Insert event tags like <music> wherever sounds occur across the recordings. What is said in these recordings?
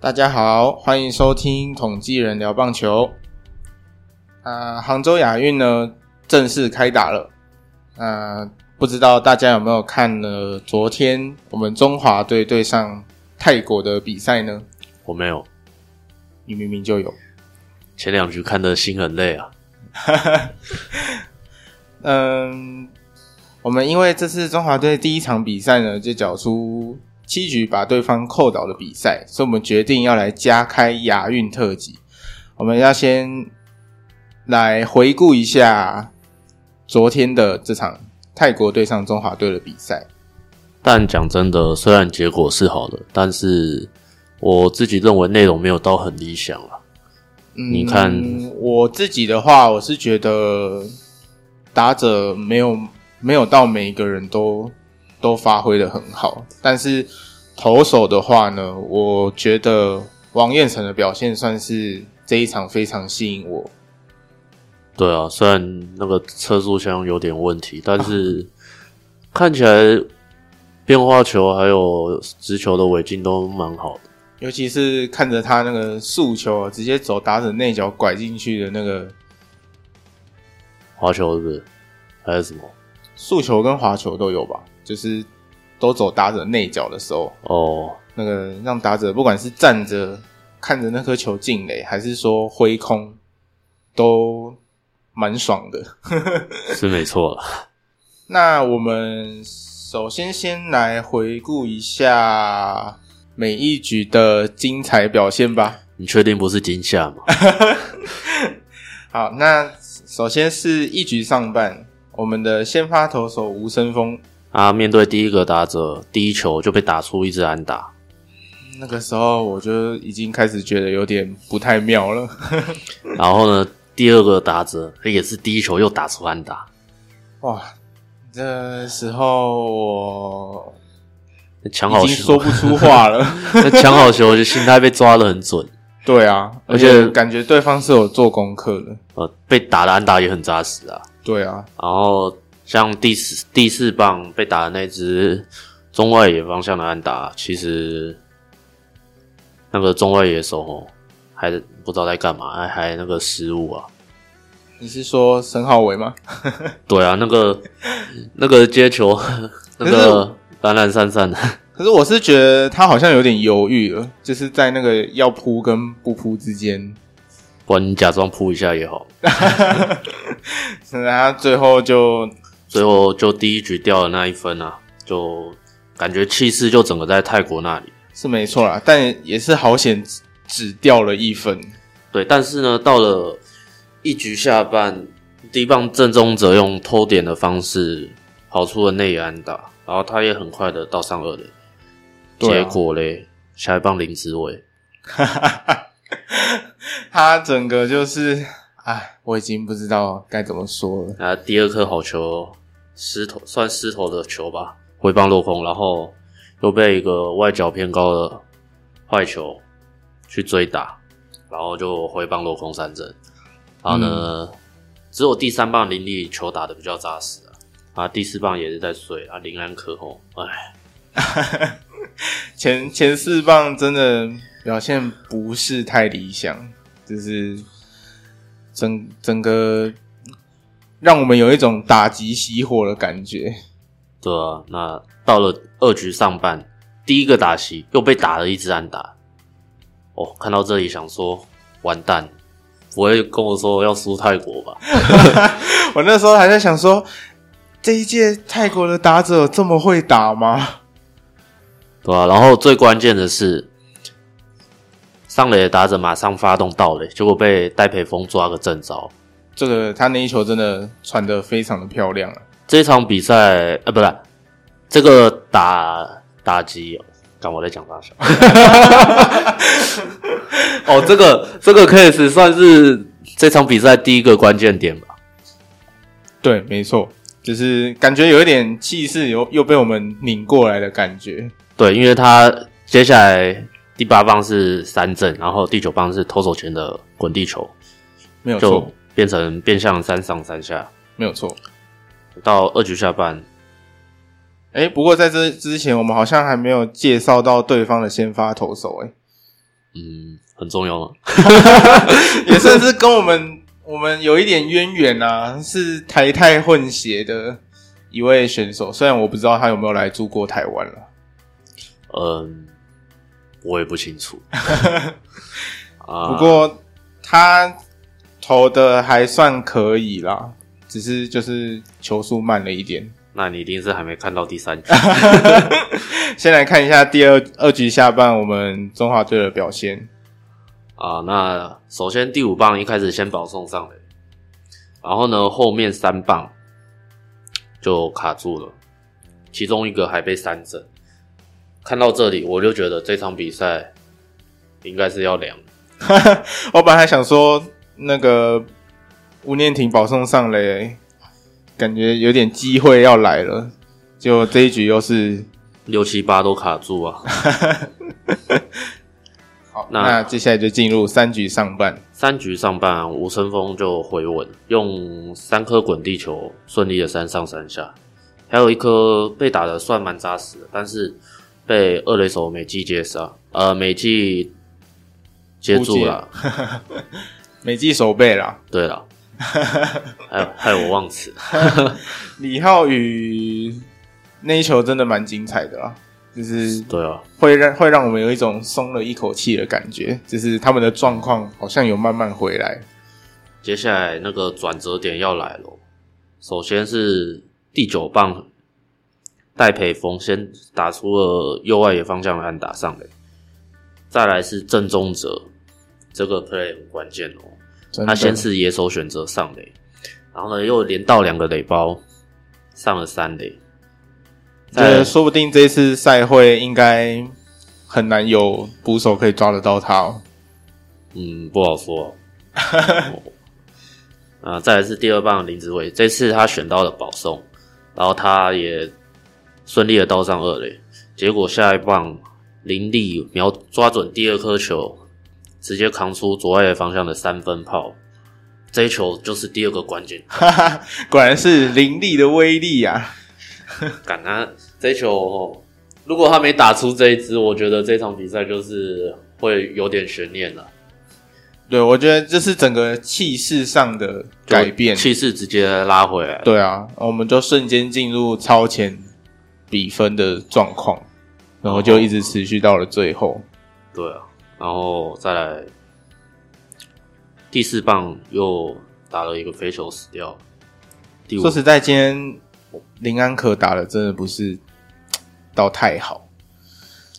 大家好，欢迎收听《统计人聊棒球》。啊、杭州亚运呢正式开打了。啊，不知道大家有没有看了昨天我们中华队对上泰国的比赛呢？我没有，你明明就有。前两局看的心很累啊。嗯，我们因为这次中华队第一场比赛呢，就缴出七局把对方扣倒的比赛，所以我们决定要来加开亚运特辑。我们要先来回顾一下昨天的这场泰国对上中华队的比赛。但讲真的，虽然结果是好的，但是我自己认为内容没有到很理想啊。嗯你看我自己的话，我是觉得打者没有没有到每一个人都都发挥的很好，但是投手的话呢，我觉得王彦辰的表现算是这一场非常吸引我。对啊，虽然那个车速枪有点问题，但是看起来变化球还有直球的尾劲都蛮好的。尤其是看着他那个速球啊直接走打者内角拐进去的那个滑球是不是？还是什么？速球跟滑球都有吧，就是都走打者内角的时候，哦，那个让打者不管是站着看着那颗球进垒，还是说挥空，都蛮爽的。 <laughs> 是没错了。那我们首先先来回顾一下每一局的精彩表现吧。你确定不是惊吓吗？好，那首先是一局上半，我们的先发投手吴森峰，啊，面对第一个打者，第一球就被打出一支安打，那个时候我就已经开始觉得有点不太妙了。然后呢，第二个打者也是第一球又打出安打，哇，这时候我抢已好经说球，不出话了。 <laughs> 那抢好球就心态被抓的很准，对啊，而而且且感觉对方是有做功课的。呃，被打的安打也很扎实啊。对啊，然后像第四第四棒被打的那只中外野方向的安打，其实那个中外野手哦，还不知道在干嘛，还还那个失误啊。你是说申浩伟吗？对啊，那个那个接球， <laughs> 可那是个懒懒散散的。可是我是觉得他好像有点犹豫了，就是在那个要扑跟不扑之 <laughs> 间，不然你假装扑一下也好。所以他最后就最后就第一局掉了那一分啊，就感觉气势就整个在泰国那里。是没错啦，但也是好险只只掉了一 <laughs> 分。对，但是呢，到了一局下半，第一棒郑宗哲用偷点的方式跑出了内野安打，然后他也很快的到上二垒，对啊结果嘞，下一棒林子伟，他整个就是，哎，我已经不知道该怎么说了。那啊第二颗好球，失头算失头的球吧，回棒落空，然后又被一个外角偏高的坏球去追打，然后就回棒落空三振。然后呢，只有第三棒林立球打的比较扎实啊，啊，第四棒也是在睡啊，林安可后，哎，前前四棒真的表现不是太理想，就是整整个让我们有一种打击熄火的感觉。 <laughs> 对啊，那到了二局上半，第一个打席又被打了一支安打，哦，看到这里想说，完蛋，不会跟我说要输泰国吧？我那时候还在想说，这一届泰国的打者有这么会打吗？对啊，然后最关键的是，上垒的打者马上发动盗垒，结果被戴培峰抓个正着。这个他那一球真的传得非常的漂亮啊！这场比赛，呃，不是这个打打击，刚我在讲大小。 <laughs> 哦，这个这个 case 算是这场比赛第一个关键点吧。对，没错，就是感觉有一点气势又又被我们拧过来的感觉。对，因为他接下来第八棒是三振，然后第九棒是投手前的滚地球，没有就错，变成变相三上三下。没有错。到二局下半，哎，不过在这之前，我们好像还没有介绍到对方的先发投手、诶哎， <laughs> 嗯，很重要吗？也算是跟我们我们有一点渊源啊，是台泰混血的一位选手。虽然我不知道他有没有来住过台湾了，嗯，我也不清楚。啊，不过他投的还算可以啦，只是就是球速慢了一点。 <laughs> 那你一定是还没看到第三局。先来看一下第二二局下半我们中华队的表现。啊，那首先第五棒一开始先保送上垒，然后呢后面三棒就卡住了，其中一个还被三振。看到这里，我就觉得这场比赛应该是要凉。 <laughs> 我本来还想说那个吴念婷保送上垒，感觉有点机会要来了，结果这一局又是六七八都卡住啊！好，那那接下来就进入三局上半。三局上半，吴成峰就回稳，用三颗滚地球顺利的三上三下，还有一颗被打的算蛮扎实的，但是被二垒手美纪接杀，呃，美纪接住了。 <laughs> 美记手背啦，对了，还有还有我忘词，李浩宇那一球真的蛮精彩的啦，就是对啊，会让会让我们有一种松了一口气的感觉，就是他们的状况好像有慢慢回来。接下来那个转折点要来了。首先是第九棒，戴培峰先打出了右外野方向的安打上垒，再来是郑宗哲，这个 play 很关键哦。真的他先是野手选择上垒，然后呢又连到两个垒包，上了三垒。再这来说不定这次赛会应该很难有捕手可以抓得到他、哦。 <laughs> 嗯，不好说、 <laughs> 啊，呃再来是第二棒的林子伟，这次他选到了保送，然后他也顺利的到上二垒，结果下一棒林立瞄抓准第二颗球，直接扛出左外野方向的三分炮，这一球就是第二个关键，哈哈，果然是凌厉的威力啊！敢啊！这一球、哦、如果他没打出这一支，我觉得这场比赛就是会有点悬念了。对，我觉得这是整个气势上的改变。气势直接拉回来了。对啊，我们就瞬间进入超前比分的状况，然后就一直持续到了最后。对啊，然后再来第四棒又打了一个飞球死掉，第五说实在，今天林安可打的真的不是到太好，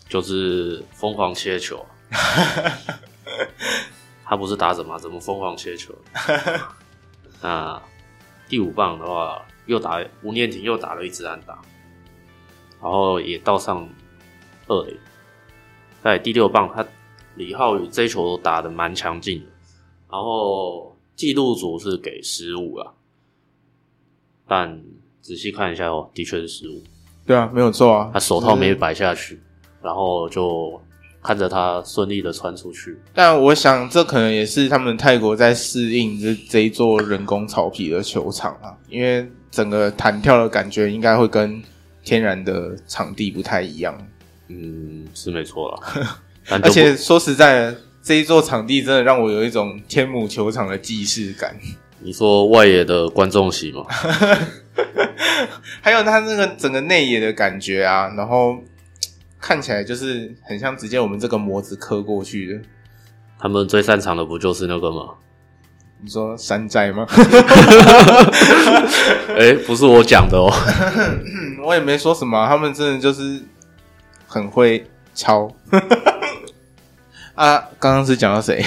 就是疯狂切球，他不是打什么怎么疯狂切球？那第五棒的话，又打吴念婷又打了一支安打，然后也到上二垒。在第六棒，他李浩宇这一球打的蛮强劲的，然后记录组是给失误啦，但仔细看一下哦，的确是失误。对啊，没有错啊，他手套就是没摆下去，然后就看着他顺利的穿出去。但我想，这可能也是他们泰国在适应这这一座人工草皮的球场啊，因为整个弹跳的感觉应该会跟天然的场地不太一样。嗯，是没错啦。 <laughs> 但就而不且说实在的，这一座场地真的让我有一种天母球场的既视感。 <laughs> 你说外野的观众席嘛，还有它那个整个内野的感觉啊，然后看起来就是很像直接我们这个模子刻过去的。他们最擅长的不就是那个吗？ <laughs> 你说山寨吗？哎、不是我讲的哦。嗯我也没说什么啊、他们真的就是很会 <laughs> 抄。啊，刚刚是讲到谁？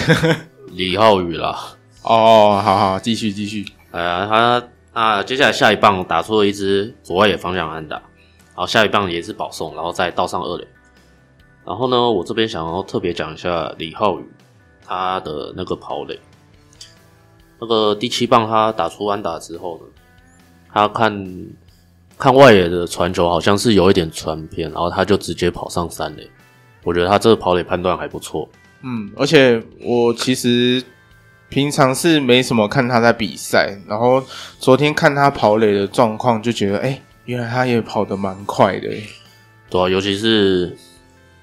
李浩宇啦， <laughs> 哦，好好，继续继续。哎呀，他啊，接下来下一棒打出了一支左外野方向安打，然后下一棒也是保送，然后再倒上二垒。然后呢，我这边想要特别讲一下李浩宇他的那个跑垒，那个第七棒他打出安打之后呢，他看看外野的传球好像是有一点传偏，然后他就直接跑上三垒。我觉得他这个跑垒判断还不错，嗯，而且我其实平常是没什么看他在比赛，然后昨天看他跑垒的状况，就觉得哎、原来他也跑得蛮快的、对啊，尤其是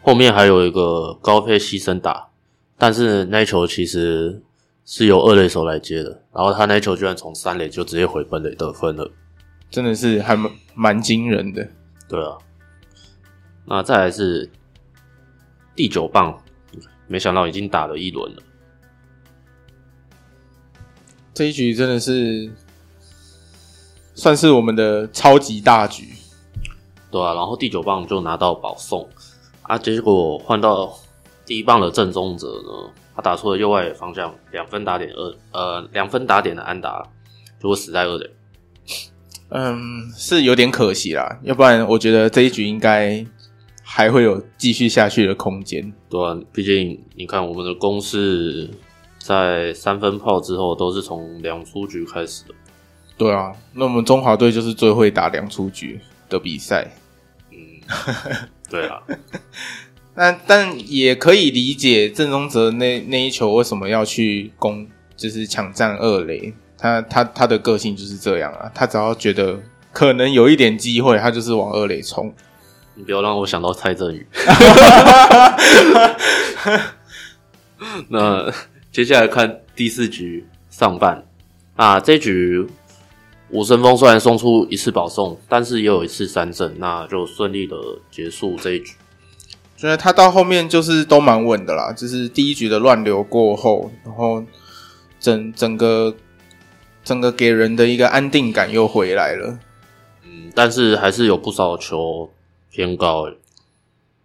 后面还有一个高配牺牲打，但是那一球其实是由二垒手来接的，然后他那一球居然从三垒就直接回本垒得分了，真的是还蛮蛮惊人的。对啊。那再来是第九棒，没想到已经打了一轮了。这一局真的是算是我们的超级大局，对啊，然后第九棒就拿到保送啊，结果换到第一棒的郑宗哲呢，他打出了右外野方向两分打点二呃两分打点的安打，结果死在二垒。嗯，是有点可惜啦。要不然我觉得这一局应该还会有继续下去的空间。对啊，毕竟你看我们的攻势在三分炮之后都是从两出局开始的，对啊，那我们中华队就是最会打两出局的比赛，嗯，对啊，那但也可以理解郑宗哲那那一球为什么要去攻，就是抢占二垒。他他他的个性就是这样啊，他只要觉得可能有一点机会，他就是往二垒冲。你不要让我想到蔡振宇。那接下来看第四局上半啊，这一局吴森峰虽然送出一次保送，但是也有一次三振，那就顺利的结束这一局。所以他到后面就是都蛮稳的啦，就是第一局的乱流过后，然后整整个整个给人的一个安定感又回来了。嗯，但是还是有不少球偏高、欸，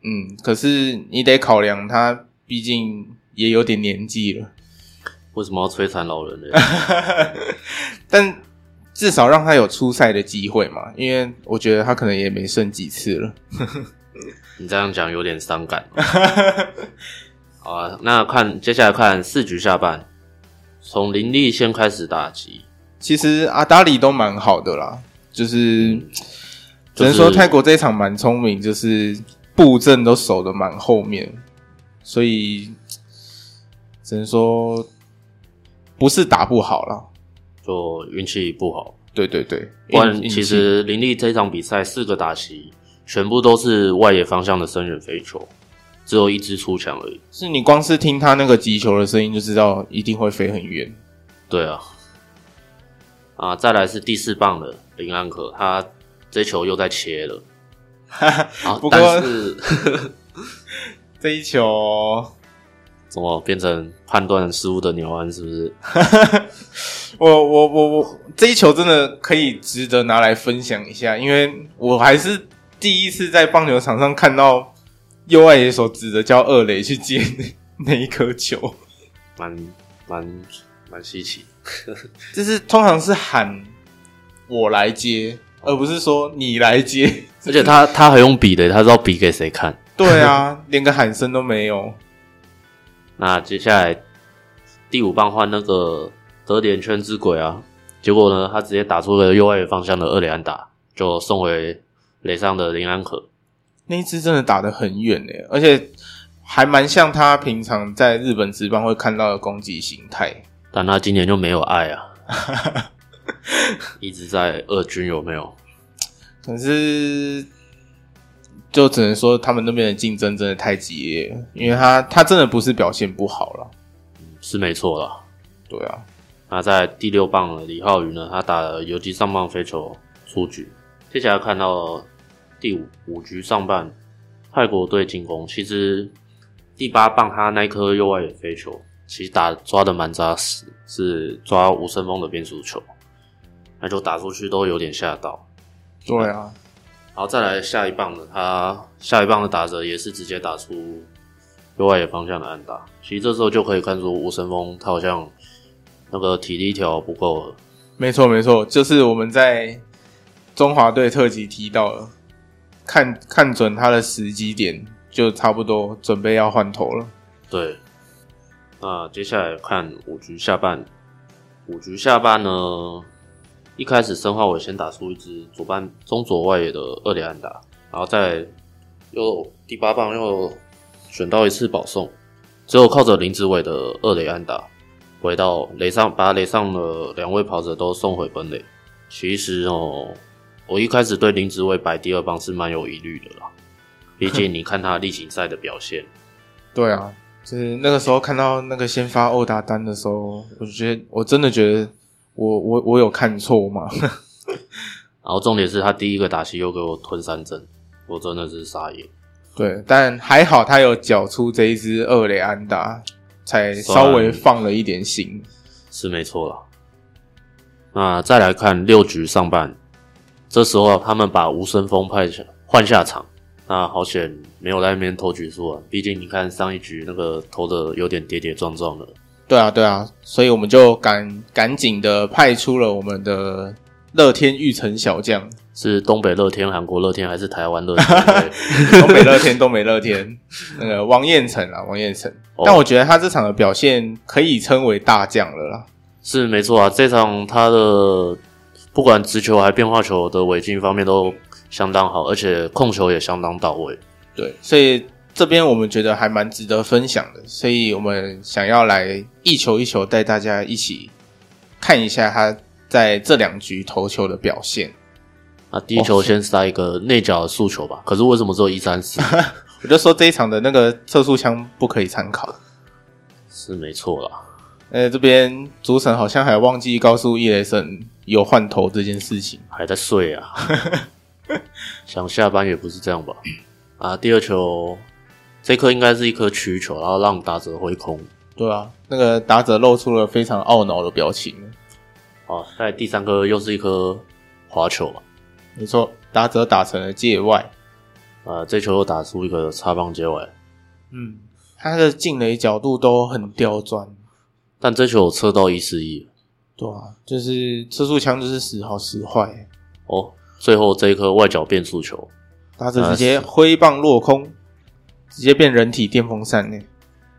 嗯，可是你得考量他，毕竟也有点年纪了，为什么要摧残老人呢？ <laughs> 但至少让他有出赛的机会嘛，因为我觉得他可能也没剩几次了。 <laughs> 你这样讲有点伤感。好啊，那看接下来看四局下半，从林立先开始打击，其实阿达里都蛮好的啦，就是只就是能说泰国这一场蛮聪明，就是布阵都守的蛮后面，所以只能说不是打不好啦。就运气不好。对对对，不然运其实林立这场比赛四个打席全部都是外野方向的深远飞球，只有一支出墙而运已。气是你光是听他那个击球的声音就知道一定会飞很远。对啊，啊，再来是第四棒的林安可，他这球又在切 <laughs> 了。啊不，过但是 <laughs> 这一球，怎么变成判断失误的鸟安？是不是？ <laughs> 我我我我这一球真的可以值得拿来分享一下，因为我还是第一次在棒球场上看到右外野手指着叫二垒去接 <laughs> 那一颗球，蛮蛮蛮稀奇。就是通常是喊我来接，而不是说你来接。而且他他还用比的，他知道比给谁看。对啊，连个喊声都没有。那接下来第五棒换那个德点圈之鬼啊，结果呢，他直接打出了右外野方向的二垒安打，就送回垒上的林安可。那一只真的打得很远诶、而且还蛮像他平常在日本职棒会看到的攻击形态。但他今年就没有爱啊，一直在二军有没有？可是，就只能说他们那边的竞争真的太激烈了，因为他他真的不是表现不好了，是没错啦。对啊，那在第六棒的李浩宇呢，他打了游击上棒飞球出局。接下来看到第五五局上半，泰国队进攻，其实第八棒他那一颗右外野飞球，其实打抓的蛮扎实，是抓吴森峰的变速球，那就打出去都有点吓到。对啊，然后再来下一棒的，他下一棒的打者也是直接打出右外野方向的安打。其实这时候就可以看出吴森峰他好像那个体力条不够了。没错没错，就是我们在中华队特辑提到了，看看准他的时机点，就差不多准备要换头了。对，那接下来看五局下半，五局下半呢，一开始申花伟先打出一支左半中左外野的二连安打，然后再又第八棒又选到一次保送，只有靠着林志伟的二垒安打，回到垒上把垒上的两位跑者都送回本垒。其实哦，我一开始对林志伟摆第二棒是蛮有疑虑的啦，毕竟你看他例行赛的表现。对啊，就是那个时候看到那个先发殴打单的时候，我觉得我真的觉得我我我有看错吗？然后重点是他第一个打席又给我吞三针，我真的是傻眼。对，但还好他有缴出这一支二垒安打，才稍微放了一点心。是没错了。那再来看六局上半，这时候啊他们把吴森峰派下换下场，那好险没有在那边投局数啊，毕竟你看上一局那个投的有点跌跌撞撞的。对啊，对啊，所以我们就赶赶紧的派出了我们的乐天玉成小将，是东北乐天、韩国乐天还是台湾乐天？对东北乐天，东北乐天， <laughs> 那个王彦辰啊，王彦辰。哦但我觉得他这场的表现可以称为大将了啦。是没错啊，这场他的不管直球还变化球的尾劲方面都相当好，而且控球也相当到位。对，所以这边我们觉得还蛮值得分享的，所以我们想要来一球一球带大家一起看一下他在这两局投球的表现。那啊第一球先塞一个内角的速球吧，可是为什么只有一三四？我就说这一场的那个测速枪不可以参考。是没错啦。呃，这边主审好像还忘记告诉伊雷森有换头这件事情。还在睡啊，想下班也不是这样吧？啊，第二球，这颗应该是一颗曲球，然后让打者挥空。对啊，那个打者露出了非常懊恼的表情。啊，在第三颗又是一颗滑球吧？没错，打者打成了界外。啊，这球又打出一个插棒接尾，嗯，他的进垒角度都很刁钻。但这球有测到一四一对啊，就是车速枪就是时好时坏，欸哦。最后这一颗外角变速球，打者直接挥棒落空，直接变人体电风扇呢。欸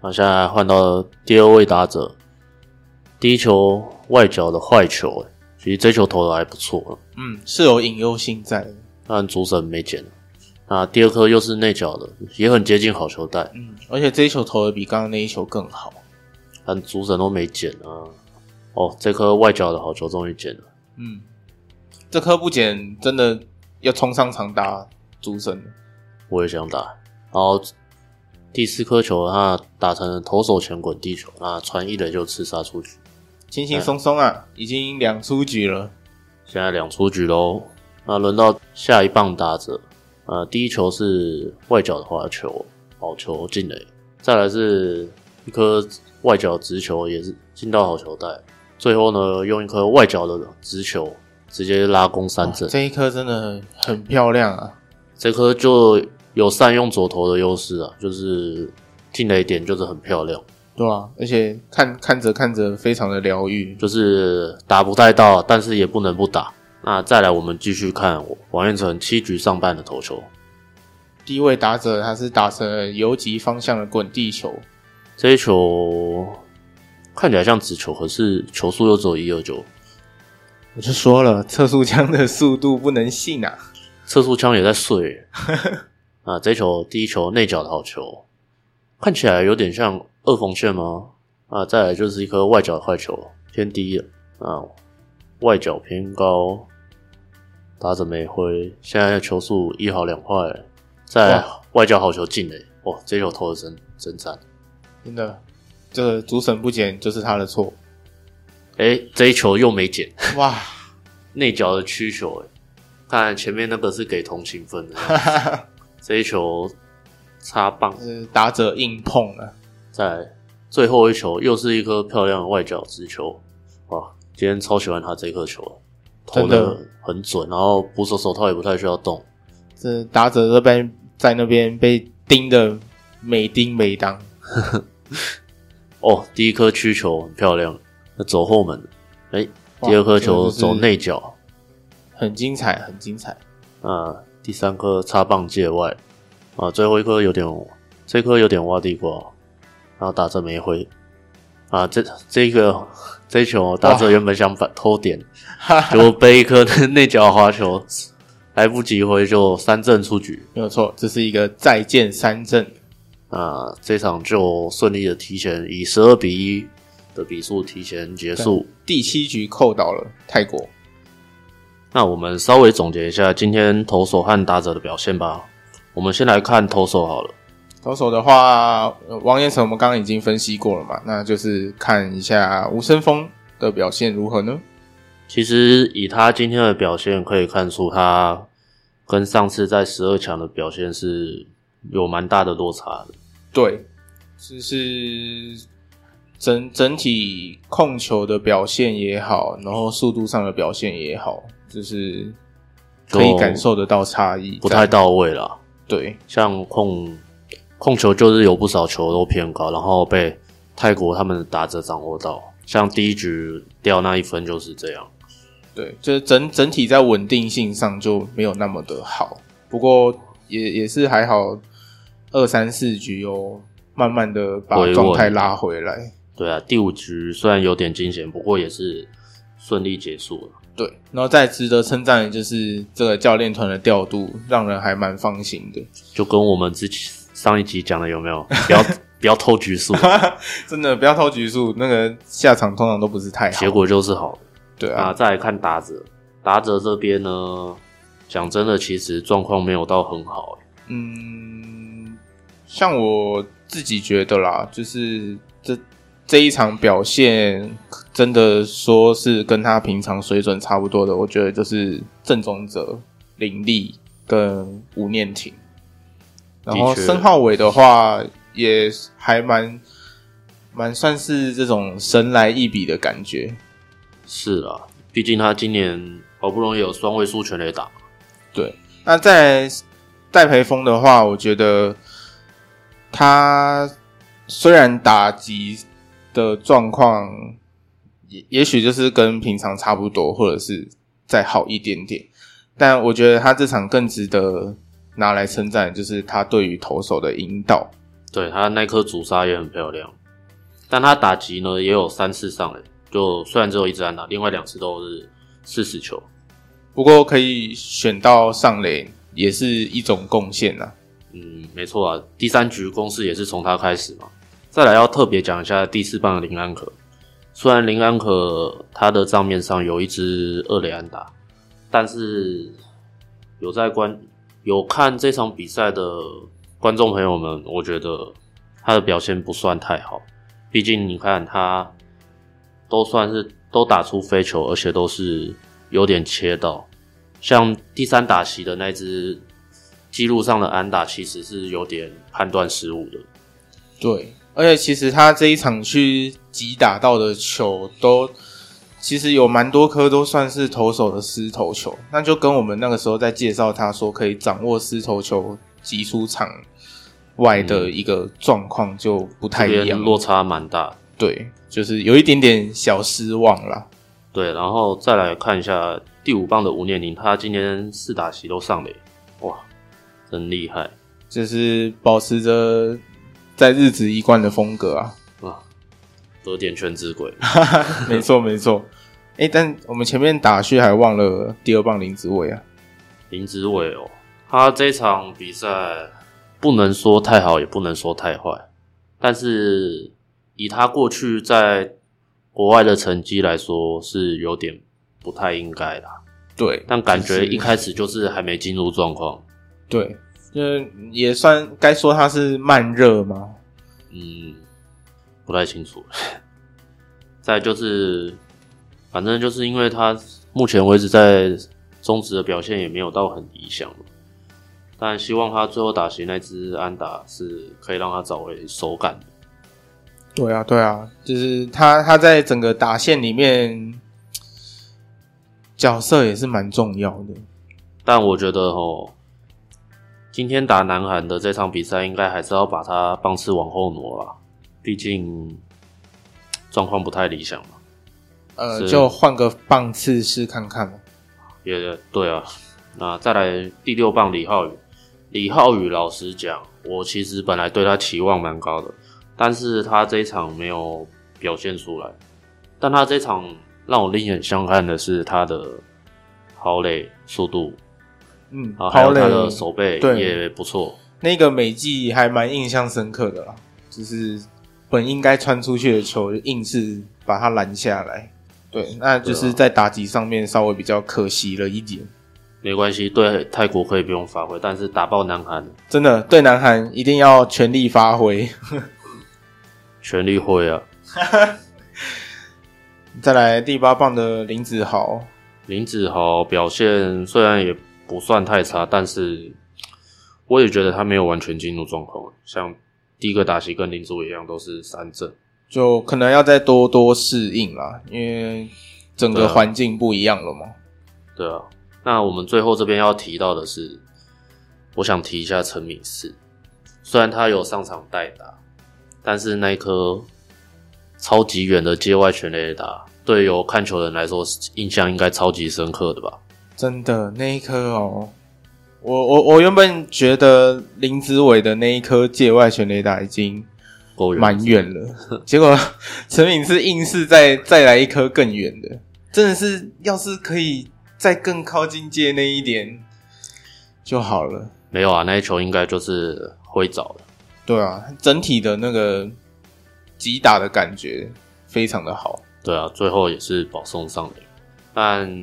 那现在换到第二位打者，第一球外角的坏球、欸，其实这球投的还不错、嗯，是有隐忧性在的。但主审没捡。那第二颗又是内角的，也很接近好球带，嗯，而且这一球投的比刚刚那一球更好。但主审都没捡啊。哦，这颗外角的好球终于捡了。嗯，这颗不捡真的要冲上场打主审了。我也想打。然后第四颗球，他打成了投手前滚地球，那传一垒就刺杀出局。轻轻松松啊，已经两出局了。现在两出局喽。那轮到下一棒打者，呃，第一球是外角的滑球，好球进垒，再来是一颗外角直球，也是进到好球带。最后呢，用一颗外角的直球直接拉弓三振，哦这一颗真的很漂亮啊。这颗就有善用左投的优势啊，就是进了一点就是很漂亮，对啊，而且看看着看着非常的疗愈。就是打不太到，但是也不能不打。那再来，我们继续看王彦辰七局上半的投球，第一位打者他是打成了游击方向的滚地球，这一球看起来像直球，可是球速又只有一二九，我就说了，测速枪的速度不能信啊！测速枪也在碎。啊，这一球第一球内角的好球，看起来有点像二缝线吗？啊，再来就是一颗外角的坏球，偏低了啊，外角偏高，打者没挥，现在球速一好两坏，再来哇外角好球进嘞，哇，这球投的真真赞。真的，这个主审不捡就是他的错。诶、这一球又没捡，哇，内角的曲球、欸，看来前面那个是给同情分的， <laughs> 这一球插棒，呃，打者硬碰啊了，再来最后一球又是一颗漂亮的外角直球，哇！今天超喜欢他这颗球的，投真的的很准，然后捕手手套也不太需要动，这打者这边在那边被盯的每盯每当。哦，第一颗曲球很漂亮，那走后门，哎、哇第二颗这球个就是走内角，很精彩，很精彩。啊，第三颗插棒界外，啊，最后一颗有点，这颗有点挖地瓜，然后打着没挥，啊，这这个这一球打者原本想反偷点，结果被一颗内角滑球来不及挥就三振出局，没有错，这是一个再见三振。啊，这场就顺利的提前以十二比一的比数提前结束。第七局扣倒了泰国，那我们稍微总结一下今天投手和打者的表现吧。我们先来看投手好了，投手的话，呃王彦成我们刚刚已经分析过了嘛，那就是看一下吴森峰的表现如何呢？其实以他今天的表现可以看出，他跟上次在十二强的表现是有蛮大的落差的。对，就是整整体控球的表现也好，然后速度上的表现也好，就是可以就感受得到差异，不太到位啦。对，像控控球就是有不少球都偏高，然后被泰国他们的打者掌握到。像第一局掉那一分就是这样。对，就是整整体在稳定性上就没有那么的好，不过也也是还好，二三四局有慢慢的把回稳状态拉回来。对啊，第五局虽然有点惊险，不过也是顺利结束了。对，然后再值得称赞的就是这个教练团的调度，让人还蛮放心的。就跟我们之前上一集讲的有没有？不要不要偷局数，真的不要偷局数，那个下场通常都不是太好。结果就是好。对啊，啊，再来看打者，打者这边呢，讲真的，其实状况没有到很好、欸嗯，像我自己觉得啦，就是这这一场表现，真的说是跟他平常水准差不多的，我觉得就是郑宗哲、林立跟吴念婷，然后的确申浩伟的话也还蛮蛮算是这种神来一笔的感觉，是啦，毕竟他今年好不容易有双位数全垒打，对，那在戴培峰的话，我觉得他虽然打击的状况也也许就是跟平常差不多，或者是再好一点点，但我觉得他这场更值得拿来称赞，就是他对于投手的引导。对他那颗主杀也很漂亮，但他打击呢也有三次上垒，就虽然只有一支安打，另外两次都是四十球。不过可以选到上垒也是一种贡献啊呐、嗯，没错啊，第三局攻势也是从他开始嘛。再来要特别讲一下第四棒的林安可，虽然林安可他的账面上有一支二垒安打，但是有在观有看这场比赛的观众朋友们，我觉得他的表现不算太好，毕竟你看他都算是都打出飞球，而且都是有点切到，像第三打席的那只记录上的安打，其实是有点判断失误的。对，而且其实他这一场去击打到的球都，其实有蛮多颗都算是投手的失投球，那就跟我们那个时候在介绍他说可以掌握失投球击出场外的一个状况就不太这一边样。落差蛮大。对，就是有一点点小失望啦。对，然后再来看一下第五棒的吴念宁，他今天四打席都上垒，哇，真厉害就是保持着在日子一贯的风格啊，啊！得点圈之鬼，没错没错。哎、但我们前面打序还忘了第二棒林子伟啊，林子伟哦，他这场比赛不能说太好，也不能说太坏，但是以他过去在国外的成绩来说，是有点不太应该啦。对，但感就觉是一开始就是还没进入状况。对，就是也算该说他是慢热吗？嗯，不太清楚。 <laughs> 再就是，反正就是因为他目前为止在中职的表现也没有到很理想嘛，但希望他最后打席那支安打是可以让他找回手感的。对啊，对啊，就是他他在整个打线里面角色也是蛮重要的。但我觉得哦，今天打南韩的这场比赛，应该还是要把他棒次往后挪啦，毕竟状况不太理想嘛。呃，是就换个棒次试看看嘛。也对啊，那再来第六棒李浩宇，李浩宇老实讲，我其实本来对他期望蛮高的，但是他这一场没有表现出来。但他这一场让我另眼相看的是他的跑垒速度，嗯，然后还跑有垒他的手背对也不错。那个美记还蛮印象深刻的啦，就是本应该穿出去的球，硬是把它拦下来。对，那就是在打击上面稍微比较可惜了一点。没关系，对泰国可以不用发挥，但是打爆南韩真的对南韩一定要全力发挥。全力挥啊！再来第八棒的林子豪，林子豪表现虽然也不算太差，但是我也觉得他没有完全进入状况。像第一个打席跟林子伟一样，都是三振。就可能要再多多适应啦，因为整对个啊环境不一样了嘛。对啊，那我们最后这边要提到的是，我想提一下陈敏世，虽然他有上场代打，但是那一颗超级远的界外全垒打，对有看球的人来说印象应该超级深刻的吧？真的那一颗哦，我我我原本觉得林子伟的那一颗界外全垒打已经够远，蛮远了， <laughs> 结果陈敏是硬是再再来一颗更远的，真的是要是可以再更靠近界那一点就好了。没有啊，那一球应该就是挥爪了。对啊，整体的那个击打的感觉非常的好。对啊，最后也是保送上垒。但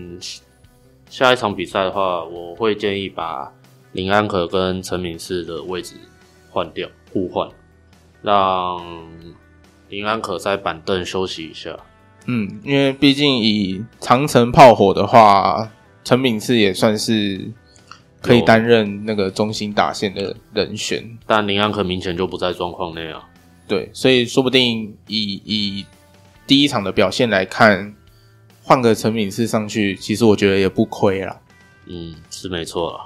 下一场比赛的话，我会建议把林安可跟陈敏世的位置换掉，互换，让林安可在板凳休息一下。嗯，因为毕竟以长城炮火的话，陈敏是也算是可以有担任那个中心打线的人选，但林安可明显就不在状况内啊。对，所以说不定以以第一场的表现来看，换个陈敏是上去，其实我觉得也不亏啦。嗯，是没错啊。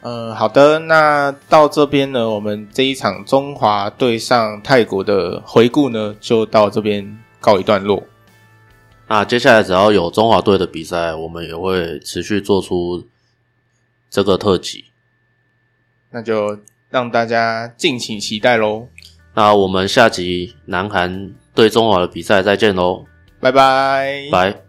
呃，好的，那到这边呢，我们这一场中华对上泰国的回顾呢，就到这边告一段落。那接下来只要有中华队的比赛，我们也会持续做出这个特辑。那就让大家敬请期待喽，那我们下集南韩对中华的比赛再见喽，拜拜，拜。